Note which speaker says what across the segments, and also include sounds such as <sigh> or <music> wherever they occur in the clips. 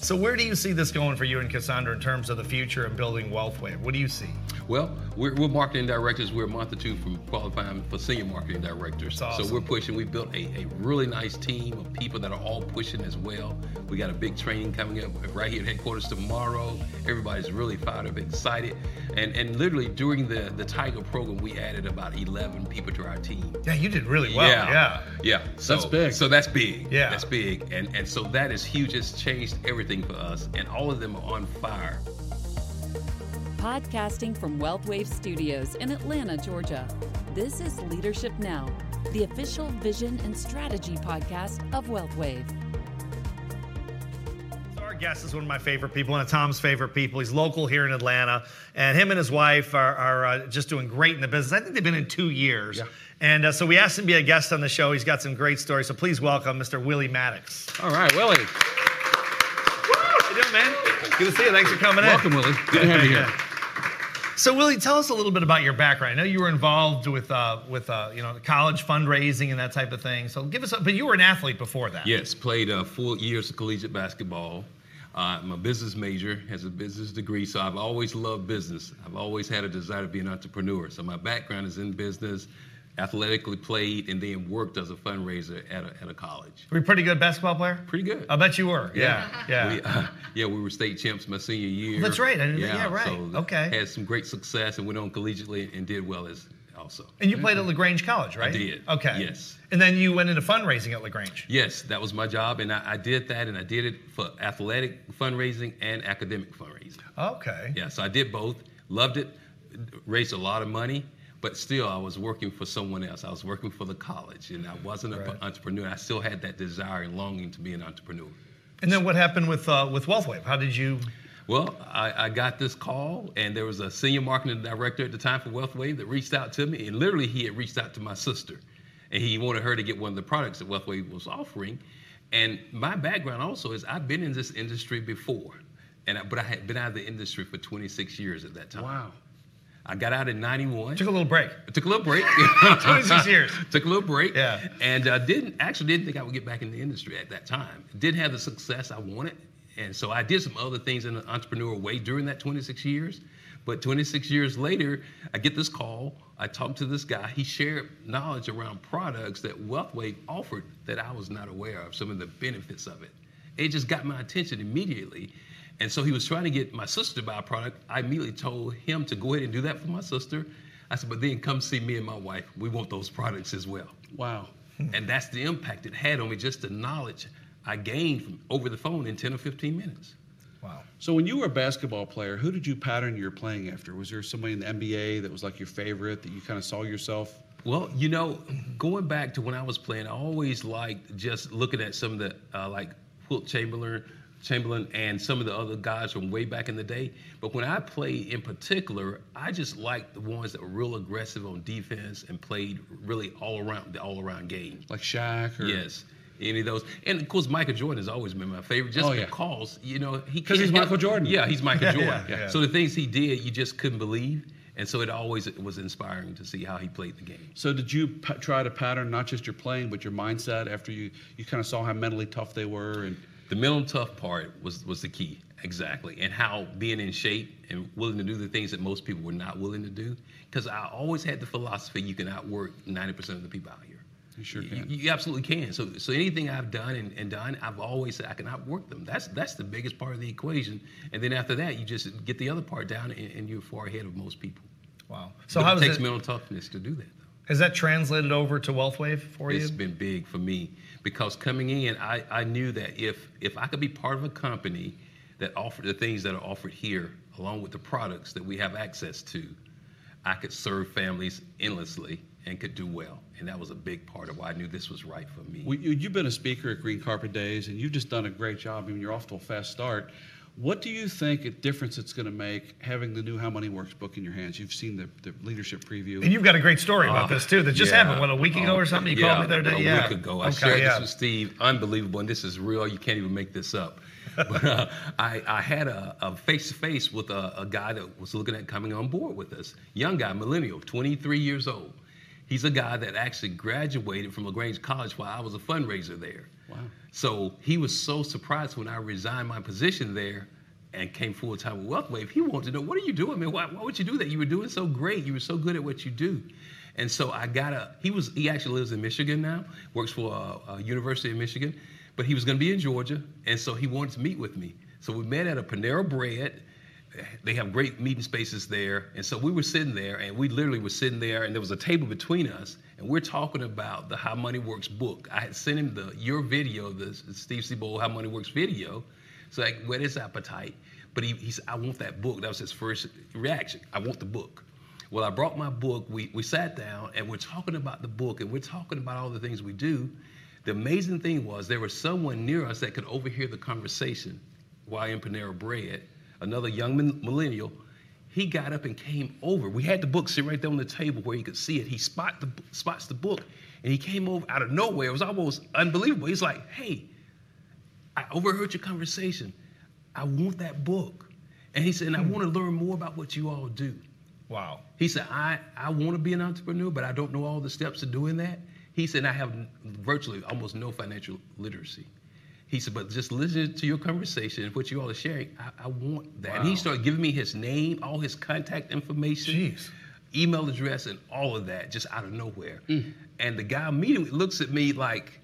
Speaker 1: So where do you see this going for you and Cassandra in terms of the future and building WealthWave? What do you see?
Speaker 2: Well, we're, we're marketing directors. We're a month or two from qualifying for senior marketing directors.
Speaker 1: That's awesome.
Speaker 2: So we're pushing. We built a, a really nice team of people that are all pushing as well. We got a big training coming up right here at headquarters tomorrow. Everybody's really fired up, excited. And and literally during the, the Tiger program, we added about 11 people to our team.
Speaker 1: Yeah, you did really well. Yeah.
Speaker 2: Yeah. Yeah. So,
Speaker 3: That's big.
Speaker 2: So that's big.
Speaker 1: Yeah.
Speaker 2: That's big. And and so that is huge. It's changed everything for us. And all of them are on fire.
Speaker 4: Podcasting from WealthWave Studios in Atlanta, Georgia. This is Leadership Now, the official vision and strategy podcast of WealthWave.
Speaker 1: So Our guest is one of my favorite people, one of Tom's favorite people. He's local here in Atlanta, and him and his wife are, are uh, just doing great in the business. I think they've been in two years.
Speaker 2: Yeah.
Speaker 1: And uh, so we asked him to be a guest on the show. He's got some great stories. So please welcome Mr. Willie Maddox.
Speaker 2: All right, Willie.
Speaker 1: How you doing, man? Good to see you. Thanks for coming in.
Speaker 2: Welcome, Willie. Good to have you here.
Speaker 1: So Willie, tell us a little bit about your background. I know you were involved with uh, with uh, you know college fundraising and that type of thing. So give us, a, but you were an athlete before that.
Speaker 2: Yes, played uh, four years of collegiate basketball. Uh, I'm a business major, has a business degree, so I've always loved business. I've always had a desire to be an entrepreneur. So my background is in business, athletically played, and then worked as a fundraiser at a, at a college.
Speaker 1: Were you a pretty good basketball player?
Speaker 2: Pretty good.
Speaker 1: I bet you were. Yeah, yeah.
Speaker 2: We, uh, <laughs> yeah, we were state champs my senior year.
Speaker 1: that's right. I didn't- yeah, right.
Speaker 2: so
Speaker 1: Okay.
Speaker 2: Had some great success and went on collegiately and did well as also.
Speaker 1: And you played at Lagrange College, right?
Speaker 2: did,
Speaker 1: Okay.
Speaker 2: yes.
Speaker 1: And then you went into fundraising at Lagrange.
Speaker 2: Yes, that was my job, and I, I did that, and I did it for athletic fundraising and academic fundraising.
Speaker 1: Okay.
Speaker 2: Yeah, so I did both. Loved it, raised a lot of money, but still I was working for someone else. I was working for the college, and I wasn't an
Speaker 1: Right.
Speaker 2: entrepreneur. I still had that desire and longing to be an entrepreneur.
Speaker 1: And then what happened with uh, with WealthWave? How did you?
Speaker 2: Well, I, I got this call, and there was a senior marketing director at the time for WealthWave that reached out to me, and literally he had reached out to my sister, and he wanted her to get one of the products that WealthWave was offering. And my background also is I've been in this industry before, and I, but I had been out of the industry for 26 years at that time.
Speaker 3: Wow.
Speaker 2: I got out in '91.
Speaker 1: Took a little break.
Speaker 2: Took a
Speaker 1: <laughs>
Speaker 2: little break.
Speaker 1: 26 years.
Speaker 2: <laughs> Took a little break.
Speaker 1: Yeah.
Speaker 2: And uh, didn't actually didn't think I would get back in the industry at that time. Didn't have the success I wanted, and so I did some other things in an entrepreneurial way during that 26 years. But 26 years later, I get this call. I talked to this guy. He shared knowledge around products that WealthWave offered that I was not aware of. Some of the benefits of it. It just got my attention immediately. And so he was trying to get my sister to buy a product. I immediately told him to go ahead and do that for my sister. I said, but then come see me and my wife. We want those products as well.
Speaker 3: Wow.
Speaker 2: And that's the impact it had on me, just the knowledge I gained from over the phone in 10 or 15 minutes.
Speaker 1: Wow.
Speaker 3: So when you were a basketball player, who did you pattern your playing after? Was there somebody in the NBA that was like your favorite that you kind of saw yourself?
Speaker 2: Well, you know, going back to when I was playing, I always liked just looking at some of the uh, like Wilt Chamberlain, Chamberlain, and some of the other guys from way back in the day. But when I played in particular, I just liked the ones that were real aggressive on defense and played really all around the all around game.
Speaker 3: Like Shaq or
Speaker 2: Yes. Any of those, and of course, Michael Jordan has always been my favorite, just
Speaker 3: Oh, yeah.
Speaker 2: because you know he
Speaker 3: 'Cause he's
Speaker 2: can't
Speaker 3: Michael Jordan.
Speaker 2: Yeah, he's Michael Jordan.
Speaker 1: <laughs> yeah, yeah.
Speaker 2: So the things he did, you just couldn't believe, and so it always was inspiring to see how he played the game.
Speaker 3: So did you pa- try to pattern not just your playing but your mindset after you you kind of saw how mentally tough they were and
Speaker 2: The mental tough part was was the key, exactly, and how being in shape and willing to do the things that most people were not willing to do. Because I always had the philosophy you can outwork ninety percent of the people out here.
Speaker 3: You sure
Speaker 2: You,
Speaker 3: can.
Speaker 2: you absolutely can. So so anything I've done and, and done, I've always said I can outwork them. That's that's the biggest part of the equation. And then after that, you just get the other part down, and, and you're far ahead of most people.
Speaker 1: Wow. So
Speaker 2: But
Speaker 1: how
Speaker 2: it
Speaker 1: does
Speaker 2: takes
Speaker 1: it,
Speaker 2: mental toughness to do that? Though.
Speaker 1: has that translated over to WealthWave for
Speaker 2: It's
Speaker 1: you?
Speaker 2: been big for me because coming in, I, I knew that if if I could be part of a company that offered the things that are offered here, along with the products that we have access to, I could serve families endlessly and could do well. And that was a big part of why I knew this was right for me.
Speaker 3: Well, you, you've been a speaker at Green Carpet Days, and you've just done a great job. I mean, you're off to a fast start. What do you think a difference it's going to make having the new How Money Works book in your hands? You've seen the, the leadership preview.
Speaker 1: and you've got a great story about
Speaker 2: Uh,
Speaker 1: this too that just
Speaker 2: yeah. Oh,
Speaker 1: happened what a week ago or something. You
Speaker 2: yeah,
Speaker 1: called me the other day.
Speaker 2: A
Speaker 1: yeah.
Speaker 2: week ago. I shared
Speaker 1: Okay.
Speaker 2: this
Speaker 1: Yeah.
Speaker 2: with Steve. Unbelievable, and this is real. You can't even make this
Speaker 1: <laughs>
Speaker 2: up. but uh, I, I had a a face to face with a, a guy that was looking at coming on board with us. Young guy, millennial, 23 years old. He's a guy that actually graduated from LaGrange College while I was a fundraiser there. So he was so surprised when I resigned my position there and came full time with WealthWave. He wanted to know, what are you doing, man? Why, why would you do that? You were doing so great. You were so good at what you do. And so I got a. He was. He actually lives in Michigan now. Works for uh, a, a university in Michigan, but he was going to be in Georgia, and so he wanted to meet with me. So we met at a Panera Bread they have great meeting spaces there. And so we were sitting there, and we literally were sitting there, and there was a table between us, and we're talking about the How Money Works book. I had sent him the your video, the Steve Seabold How Money Works video. So like, where his appetite? But he, he said, I want that book. That was his first reaction. I want the book. Well, I brought my book. We, we sat down and we're talking about the book and we're talking about all the things we do. The amazing thing was there was someone near us that could overhear the conversation while in Panera Bread, another young min- millennial. He got up and came over. We had the book sit right there on the table where you could see it. He spot the, b- spots the book and he came over out of nowhere. It was almost unbelievable. He's like, hey, I overheard your conversation. I want that book. And he said, and I want to learn more about what you all do. <laughs>
Speaker 1: Wow.
Speaker 2: He said, I, I want to be an entrepreneur, but I don't know all the steps to doing that. He said, I have virtually almost no financial literacy. He said, but just listen to your conversation and what you all are sharing. I, I want that. And he started giving me his name, all his contact information,
Speaker 1: Jeez.
Speaker 2: email address, and all of that just out of nowhere. And the guy immediately looks at me like,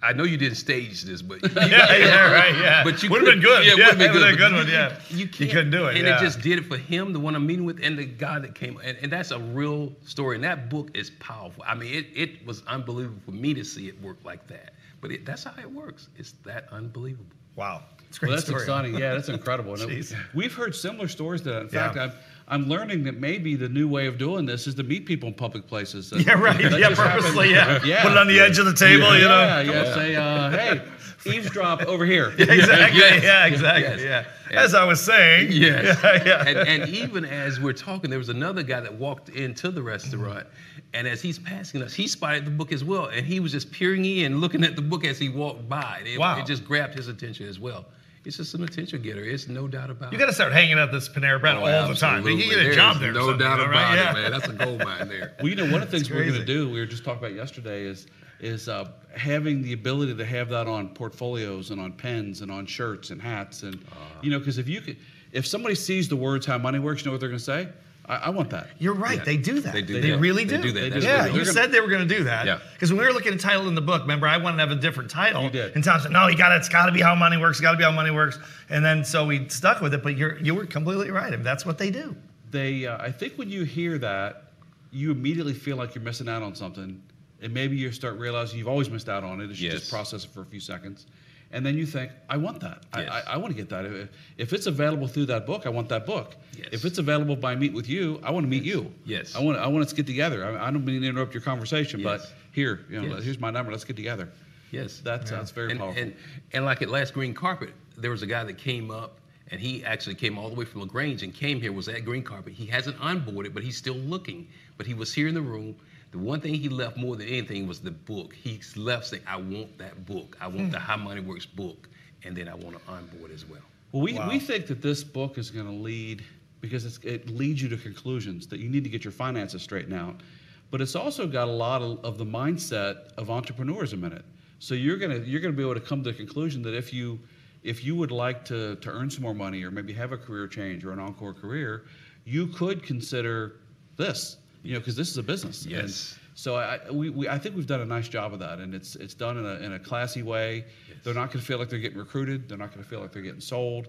Speaker 2: I know you didn't stage this, but you,
Speaker 1: <laughs> Yeah, yeah, right, yeah.
Speaker 2: But you
Speaker 1: would have
Speaker 2: could-
Speaker 1: been good.
Speaker 2: yeah, would've been
Speaker 1: that would've
Speaker 2: good,
Speaker 1: been a good one. Yeah,
Speaker 2: you can't.
Speaker 1: couldn't do it.
Speaker 2: And
Speaker 1: yeah.
Speaker 2: it just did it for him, the one I'm meeting with, and the guy that came. And, and that's a real story. And that book is powerful. I mean, it, it was unbelievable for me to see it work like that. But it, that's how it works. It's that unbelievable.
Speaker 1: wow. It's a great
Speaker 3: Well, that's
Speaker 1: story.
Speaker 3: exciting. Yeah,
Speaker 1: <laughs>
Speaker 3: that's incredible. And
Speaker 1: Jeez.
Speaker 3: we've heard similar stories to that. In
Speaker 1: Yeah.
Speaker 3: fact, I'm, I'm learning that maybe the new way of doing this is to meet people in public places.
Speaker 1: <laughs> Yeah, right.
Speaker 3: That
Speaker 1: yeah,
Speaker 3: just happened.
Speaker 1: purposely. Yeah.
Speaker 3: <laughs> Yeah.
Speaker 1: Put it on the edge of the table. You know.
Speaker 3: Yeah, yeah.
Speaker 1: <laughs>
Speaker 3: Say, uh, hey, eavesdrop over here.
Speaker 1: Exactly.
Speaker 2: Yes.
Speaker 1: Yeah. Exactly.
Speaker 2: Yes.
Speaker 1: Yeah. As I was saying.
Speaker 2: <laughs> Yes.
Speaker 1: Yeah. <laughs> yeah.
Speaker 2: and, and even as we're talking, there was another guy that walked into the restaurant, and as he's passing us, he spotted the book as well, and he was just peering in, looking at the book as he walked by. It,
Speaker 1: Wow.
Speaker 2: it just grabbed his attention as well. It's just an attention getter. It's no doubt about
Speaker 1: You
Speaker 2: it.
Speaker 1: got to start hanging out this Panera Bread
Speaker 2: Oh,
Speaker 1: all the time. You can
Speaker 2: absolutely.
Speaker 1: get a
Speaker 2: There
Speaker 1: job
Speaker 2: is
Speaker 1: there. or
Speaker 2: No
Speaker 1: something,
Speaker 2: doubt
Speaker 1: you know,
Speaker 2: about
Speaker 1: right? yeah.
Speaker 2: it, man. That's a gold
Speaker 1: <laughs>
Speaker 2: mine there.
Speaker 3: Well, you know, one of the things we're going to
Speaker 1: crazy.
Speaker 3: do, we were just talking about yesterday, is is uh, having the ability to have that on portfolios and on pens and on shirts and hats and
Speaker 1: Ah.
Speaker 3: you know, because if you could, if somebody sees the words "how money works," you know what they're going to say? I, I want that.
Speaker 1: You're right.
Speaker 2: Yeah.
Speaker 1: They do that.
Speaker 2: They do
Speaker 1: They
Speaker 2: that.
Speaker 1: really do.
Speaker 2: They do that. They do
Speaker 1: yeah,
Speaker 2: that.
Speaker 1: you
Speaker 2: They're
Speaker 3: gonna-
Speaker 1: said they were going to do that.
Speaker 2: Yeah.
Speaker 1: Because when we were looking at title in the book, remember, I wanted to have a different title.
Speaker 3: You did.
Speaker 1: And Tom said, "No, you got to. It's got to be how money works. Got to be how money works." And then so we stuck with it. But you're you were completely right. I mean, that's what they do.
Speaker 3: They, uh, I think, when you hear that, you immediately feel like you're missing out on something, and maybe you start realizing you've always missed out on it. It's you
Speaker 2: Yes.
Speaker 3: just process it for a few seconds. And then you think, I want that.
Speaker 2: Yes.
Speaker 3: I, I, I want to get that. If, if it's available through that book, I want that book.
Speaker 2: Yes.
Speaker 3: If it's available by meet with you, I want to meet you.
Speaker 2: Yes.
Speaker 3: I want. I want us to get together. I, I don't mean to interrupt your conversation, but
Speaker 2: Yes.
Speaker 3: here, you know,
Speaker 2: Yes.
Speaker 3: here's my number. Let's get together.
Speaker 2: Yes.
Speaker 3: That's that's very
Speaker 2: and,
Speaker 3: powerful.
Speaker 2: And, and like at last green carpet, there was a guy that came up and he actually came all the way from Lagrange and came here. Was at green carpet. He hasn't onboarded, but he's still looking. But he was here in the room. The one thing he left more than anything was the book. He's left saying, "I want that book. I
Speaker 1: Hmm.
Speaker 2: want the How Money Works book, and then I want to onboard as well."
Speaker 3: Well, we,
Speaker 1: Wow.
Speaker 3: we think that this book is going to lead because it's, it leads you to conclusions that you need to get your finances straightened out. But it's also got a lot of, of the mindset of entrepreneurism in it. So you're gonna you're gonna be able to come to the conclusion that if you if you would like to to earn some more money or maybe have a career change or an encore career, you could consider this. You know, because this is a business. And
Speaker 2: Yes.
Speaker 3: so I, I- we, we, I think we've done a nice job of that, and it's it's done in a, in a classy way. They're not going to feel like they're getting recruited. They're not going to feel like they're getting sold.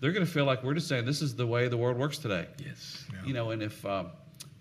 Speaker 3: They're going to feel like we're just saying this is the way the world works today.
Speaker 2: Yes.
Speaker 3: You know, and if um,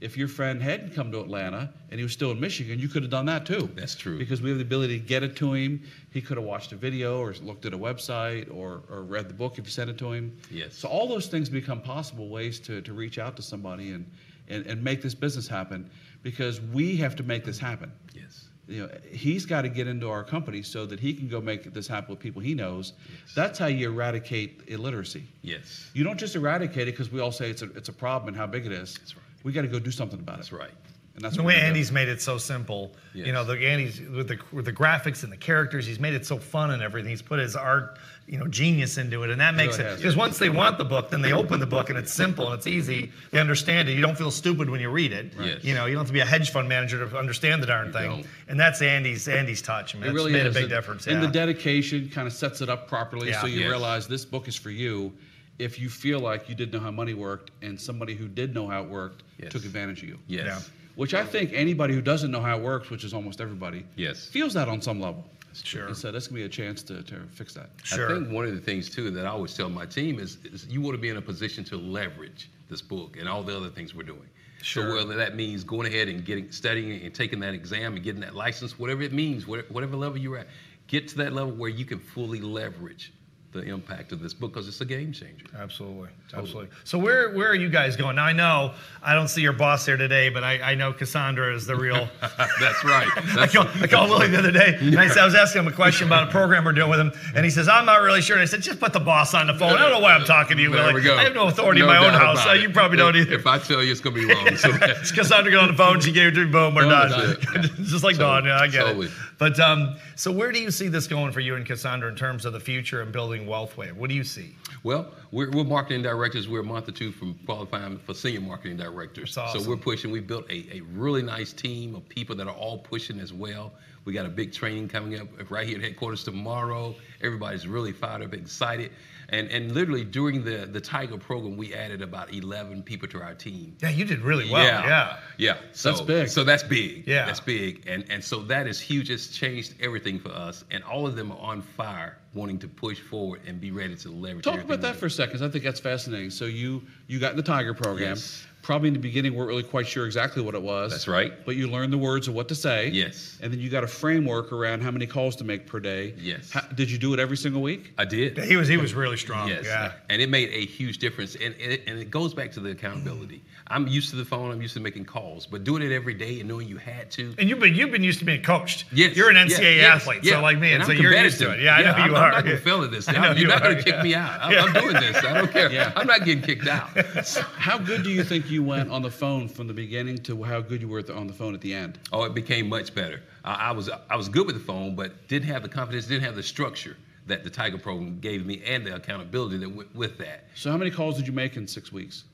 Speaker 3: if your friend hadn't come to Atlanta and he was still in Michigan, you could have done that too.
Speaker 2: That's true.
Speaker 3: Because we have the ability to get it to him. He could have watched a video or looked at a website or, or read the book if you sent it to him.
Speaker 2: Yes.
Speaker 3: So all those things become possible ways to, to reach out to somebody and, and, and make this business happen because we have to make this happen.
Speaker 2: Yes.
Speaker 3: You know, he's got to get into our company so that he can go make this happen with people he knows. That's how you eradicate illiteracy.
Speaker 2: Yes.
Speaker 3: You don't just eradicate it because we all say it's a, it's a problem and how big it is.
Speaker 2: right.
Speaker 3: We got to go do something about
Speaker 2: That's
Speaker 3: it.
Speaker 2: right.
Speaker 3: And that's
Speaker 1: the
Speaker 3: what
Speaker 1: way
Speaker 3: we're doing.
Speaker 1: Andy's made it so simple. You
Speaker 2: Yes.
Speaker 1: know, the Andy's with the with the graphics and the characters, he's made it so fun and everything. He's put his art, you know, genius into it, and that makes
Speaker 3: really
Speaker 1: it
Speaker 3: has.
Speaker 1: because once they want the book, then they open the book and it's simple and it's easy. You understand it. You don't feel stupid when you read it.
Speaker 2: Right. Yes.
Speaker 1: You know, you don't have to be a hedge fund manager to understand the darn thing.
Speaker 2: don't.
Speaker 1: And that's Andy's Andy's touch. I mean,
Speaker 3: It
Speaker 1: that's
Speaker 3: really
Speaker 1: made
Speaker 3: is.
Speaker 1: a big
Speaker 3: And-
Speaker 1: difference.
Speaker 3: And
Speaker 1: yeah.
Speaker 3: the dedication kind of sets it up properly
Speaker 1: Yeah.
Speaker 3: so you
Speaker 2: Yes.
Speaker 3: realize this book is for you. If you feel like you didn't know how money worked and somebody who did know how it worked
Speaker 2: Yes.
Speaker 3: took advantage of you.
Speaker 2: Yes.
Speaker 3: Which I think anybody who doesn't know how it works, which is almost everybody,
Speaker 2: Yes.
Speaker 3: feels that on some level.
Speaker 1: Sure.
Speaker 3: And so this can be a chance to, to fix that.
Speaker 1: Sure.
Speaker 2: I think one of the things too that I always tell my team is, is you want to be in a position to leverage this book and all the other things we're doing.
Speaker 1: Sure.
Speaker 2: So whether that means going ahead and getting studying it and taking that exam and getting that license, whatever it means, wha- whatever level you're at, get to that level where you can fully leverage the impact of this book because it's a
Speaker 1: <laughs>
Speaker 2: game changer.
Speaker 1: Absolutely, absolutely. So where where are you guys going? Now I know I don't see your boss here today, but I, I know Cassandra is the
Speaker 3: <laughs>
Speaker 1: real.
Speaker 2: That's right.
Speaker 1: I
Speaker 2: That's
Speaker 1: called, I called Willie the other day, and I, said, I was asking him a question about a program we're doing with him, and he says, "I'm not really sure." And I said, "Just put the boss on the phone." I don't know why I'm talking to you,
Speaker 2: There
Speaker 1: Willie.
Speaker 2: we go.
Speaker 1: I have no authority in my own
Speaker 2: doubt
Speaker 1: house.
Speaker 2: about
Speaker 1: Uh,
Speaker 2: it.
Speaker 1: you probably don't
Speaker 2: If-
Speaker 1: either.
Speaker 2: If I tell you, it's going to be wrong.
Speaker 1: <laughs>
Speaker 2: So
Speaker 1: It's Cassandra got on the phone. She gave it to me. Boom, we're
Speaker 3: Boom,
Speaker 1: done.
Speaker 2: done.
Speaker 1: <laughs> Just like Dawn. Yeah, I get
Speaker 2: Totally.
Speaker 1: it. But um, so where do you see this going for you and Cassandra in terms of the future and building Wealthway? What do you see?
Speaker 2: Well, we're, we're marketing directors. We're a month or two from qualifying for senior marketing directors.
Speaker 1: That's awesome.
Speaker 2: So we're pushing. We built a, a really nice team of people that are all pushing as well. We got a big training coming up right here at headquarters tomorrow. Everybody's really fired up, excited. And and literally during the, the Tiger program, we added about 11 people to our team.
Speaker 1: Yeah, you did really well. yeah.
Speaker 2: Yeah. So,
Speaker 3: That's big.
Speaker 2: So that's big.
Speaker 1: Yeah.
Speaker 2: That's big. And and so that is huge. It's changed everything for us. And all of them are on fire, wanting to push forward and be ready to leverage.
Speaker 3: Talk
Speaker 2: everything
Speaker 3: about that
Speaker 2: we
Speaker 3: for a second. 'cause I think that's fascinating. So you you got in the Tiger program.
Speaker 2: Yes.
Speaker 3: Probably in the beginning, weren't really quite sure exactly what it was.
Speaker 2: That's right.
Speaker 3: But you learned the words of what to say.
Speaker 2: Yes.
Speaker 3: And then you got a framework around how many calls to make per day.
Speaker 2: Yes.
Speaker 3: How, did you do it every single week?
Speaker 2: I did.
Speaker 1: He was he was really strong.
Speaker 2: Yes.
Speaker 1: Yeah.
Speaker 2: And it made a huge difference. And, and, it, and it goes back to the accountability. I'm used to the phone, I'm used to making calls, but doing it every day and knowing you had to.
Speaker 1: And you've been you've been used to being coached.
Speaker 2: Yes,
Speaker 1: You're an
Speaker 2: yes,
Speaker 1: NCAA
Speaker 2: yes,
Speaker 1: athlete,
Speaker 2: yeah.
Speaker 1: so like me, and,
Speaker 2: I'm
Speaker 1: so you're used to
Speaker 2: competitive.
Speaker 1: it. Yeah, I know
Speaker 2: I'm,
Speaker 1: you
Speaker 2: I'm
Speaker 1: are.
Speaker 2: not gonna fail at
Speaker 1: <laughs>
Speaker 2: this.
Speaker 1: I know
Speaker 2: you're
Speaker 1: you
Speaker 2: not
Speaker 1: are,
Speaker 2: gonna kick
Speaker 1: yeah.
Speaker 2: me out. I'm, I'm doing this. I
Speaker 1: <laughs>
Speaker 2: don't care. I'm not getting kicked out. So-
Speaker 3: How good do you think you went on the phone from the beginning to how good you were at the, on the phone at the end?
Speaker 2: Oh, it became much better. I, I was I was good with the phone, but didn't have the confidence, didn't have the structure that the Tiger program gave me, and the accountability that went with that.
Speaker 3: So how many calls did you make in six weeks?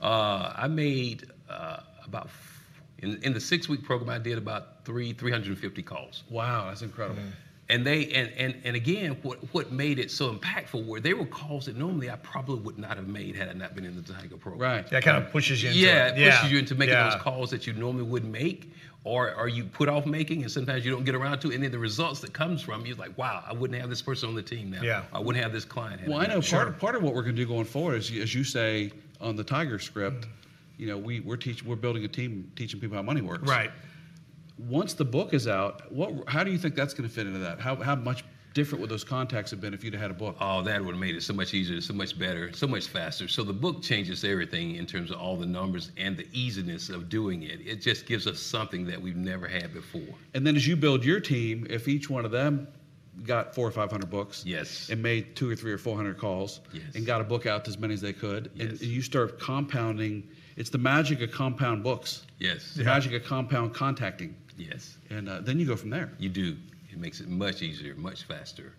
Speaker 2: Uh, I made uh, about f- in, in the six week program. I did about three 350 calls,
Speaker 3: Wow, that's incredible.
Speaker 2: and they and and and again, what what made it so impactful were they were calls that normally I probably would not have made had I not been in the Tiger program.
Speaker 3: Right.
Speaker 1: That kind of pushes you into
Speaker 2: Yeah,
Speaker 1: it.
Speaker 2: it pushes you into making
Speaker 1: yeah.
Speaker 2: those calls that you normally wouldn't make, or or you put off making, and sometimes you don't get around to. it. And then the results that comes from you, like, wow, I wouldn't have this person on the team now.
Speaker 1: Yeah.
Speaker 2: I wouldn't have this client. had
Speaker 3: Well, I know
Speaker 2: not-
Speaker 3: part, part of what we're going to do going forward is, as you say on the Tiger script, you know, we, we're teaching, we're building a team, teaching people how money works.
Speaker 1: Right.
Speaker 3: Once the book is out, what, how do you think that's going to fit into that? How, how much different would those contacts have been if you'd had a book?
Speaker 2: Oh, that would have made it so much easier, so much better, so much faster. So the book changes everything in terms of all the numbers and the easiness of doing it. It just gives us something that we've never had before.
Speaker 3: And then as you build your team, if each one of them got four or five hundred books,
Speaker 2: Yes.
Speaker 3: and made two or three or four hundred calls,
Speaker 2: Yes.
Speaker 3: and got a book out to as many as they could, and
Speaker 2: Yes.
Speaker 3: you start compounding. It's the magic of compound books,
Speaker 2: Yes.
Speaker 3: the magic of compound contacting,
Speaker 2: Yes.
Speaker 3: and uh, then you go from there.
Speaker 2: You do. It makes it much easier, much faster.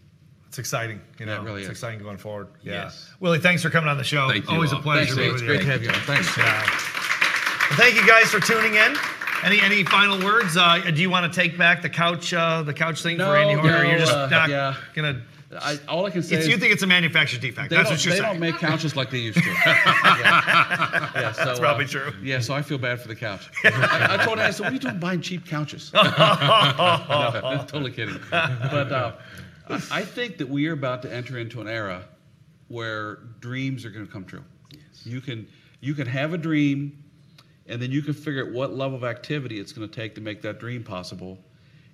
Speaker 1: It's exciting. You know,
Speaker 3: Yeah, it really
Speaker 1: it's
Speaker 3: is.
Speaker 1: exciting going forward. Yeah.
Speaker 2: Yes.
Speaker 1: Willie, thanks for coming on the show.
Speaker 2: Thank you
Speaker 1: Always a
Speaker 2: all.
Speaker 1: pleasure to
Speaker 2: Thanks,
Speaker 1: be
Speaker 2: Willie.
Speaker 1: with
Speaker 2: It's
Speaker 1: you.
Speaker 2: great to have
Speaker 3: you on. Thanks.
Speaker 1: Yeah. Well, thank you guys for tuning in. Any any final words? Uh, do you want to take back the couch uh, the couch thing
Speaker 3: No,
Speaker 1: for Andy Horner?
Speaker 3: no,
Speaker 1: You're just
Speaker 3: uh,
Speaker 1: not
Speaker 3: yeah.
Speaker 1: gonna.
Speaker 3: I, all I can say
Speaker 1: It's,
Speaker 3: is
Speaker 1: you think it's a manufactured defect?
Speaker 3: they,
Speaker 1: That's
Speaker 3: don't,
Speaker 1: what you're
Speaker 3: they
Speaker 1: saying.
Speaker 3: don't make couches like they used
Speaker 1: <laughs>
Speaker 3: to. Yeah. Yeah, so, That's
Speaker 1: probably true.
Speaker 3: Yeah, so I feel bad for the couch. I, I told her, I said, "What are you doing buying cheap couches?" <laughs> No, I'm totally kidding. But uh, I, I think that we are about to enter into an era where dreams are going to come true. Yes. You can you can have a dream, and then you can figure out what level of activity it's going to take to make that dream possible,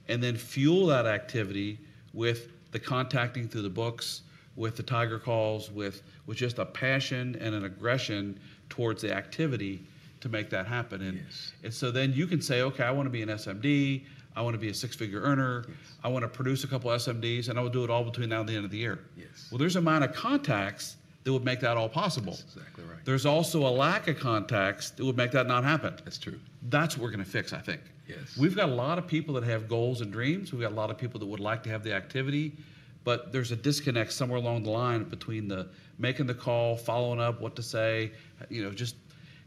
Speaker 3: and then fuel that activity with the contacting through the books, with the tiger calls, with with just a passion and an aggression towards the activity to make that happen. And,
Speaker 2: Yes.
Speaker 3: and so then you can say, okay, I want to be an SMD. I want to be a six-figure earner. I want to produce a couple SMDs, and I will do it all between now and the end of the year.
Speaker 2: Yes.
Speaker 3: Well, there's an amount of contacts that would make that all possible.
Speaker 2: That's exactly right.
Speaker 3: There's also a lack of contacts that would make that not happen.
Speaker 2: That's true.
Speaker 3: That's what we're going to fix, I think.
Speaker 2: Yes.
Speaker 3: We've got a lot of people that have goals and dreams. We've got a lot of people that would like to have the activity, but there's a disconnect somewhere along the line between the making the call, following up, what to say, you know, just.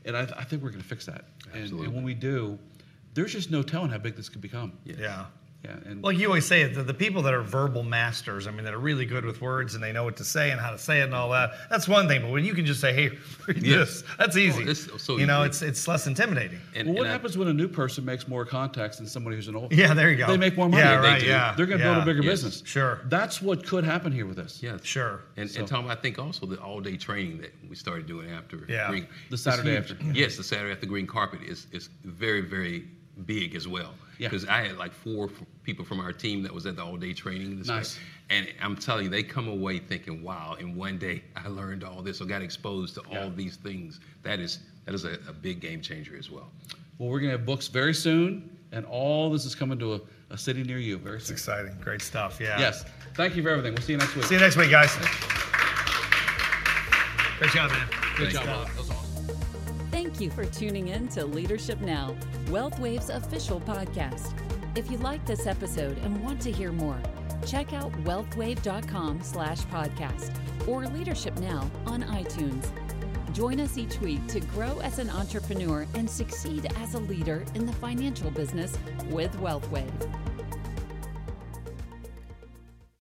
Speaker 3: And I, I think we're going to fix that. And, and
Speaker 2: Absolutely.
Speaker 3: when we do, there's just no telling how big this could become.
Speaker 2: Yes.
Speaker 1: Yeah.
Speaker 3: Yeah. And
Speaker 1: Like you always say, the, the people that are verbal masters, I mean, that are really good with words and they know what to say and how to say it and all that, that's one thing. But when you can just say, hey, <laughs> read this,
Speaker 2: Yes.
Speaker 1: that's easy.
Speaker 2: Oh, it's so
Speaker 1: you know,
Speaker 2: easy.
Speaker 1: it's it's less intimidating.
Speaker 2: And,
Speaker 3: well, what
Speaker 2: and I-
Speaker 3: happens when a new person makes more contacts than somebody who's an old?
Speaker 1: Yeah, there you go.
Speaker 3: They make more money.
Speaker 1: Yeah,
Speaker 2: They
Speaker 1: right,
Speaker 2: do.
Speaker 1: yeah.
Speaker 3: They're going to
Speaker 1: yeah.
Speaker 3: build a bigger
Speaker 2: Yes.
Speaker 3: business.
Speaker 1: Sure.
Speaker 3: That's what could happen here with us.
Speaker 2: yes.
Speaker 1: Sure.
Speaker 2: And, and Tom, I think also the all-day training that we started doing after
Speaker 1: Yeah.
Speaker 2: Green,
Speaker 3: The Saturday
Speaker 2: it's huge.
Speaker 3: after.
Speaker 2: Yes, the Saturday after Green Carpet is is very very big as well.
Speaker 3: Yeah.
Speaker 2: Because I had like four f- people from our team that was at the all-day training. This
Speaker 3: Nice.
Speaker 2: week. And I'm telling you, they come away thinking, "Wow!" In one day, I learned all this. I got exposed to all these things. That is that is a, a big game changer as well.
Speaker 3: Well, we're going to have books very soon, and all this is coming to a, a city near you very soon.
Speaker 1: It's exciting. Great stuff. Yeah.
Speaker 3: Yes. Thank you for everything. We'll see you next week.
Speaker 1: See you next week, guys. Great job, man.
Speaker 3: Good
Speaker 2: Thank
Speaker 3: job,
Speaker 2: you.
Speaker 3: Bob. That was awesome.
Speaker 4: Thank you for tuning in to Leadership Now, WealthWave's official podcast. If you like this episode and want to hear more, check out wealthwave.com slash podcast or Leadership Now on iTunes. Join us each week to grow as an entrepreneur and succeed as a leader in the financial business with WealthWave.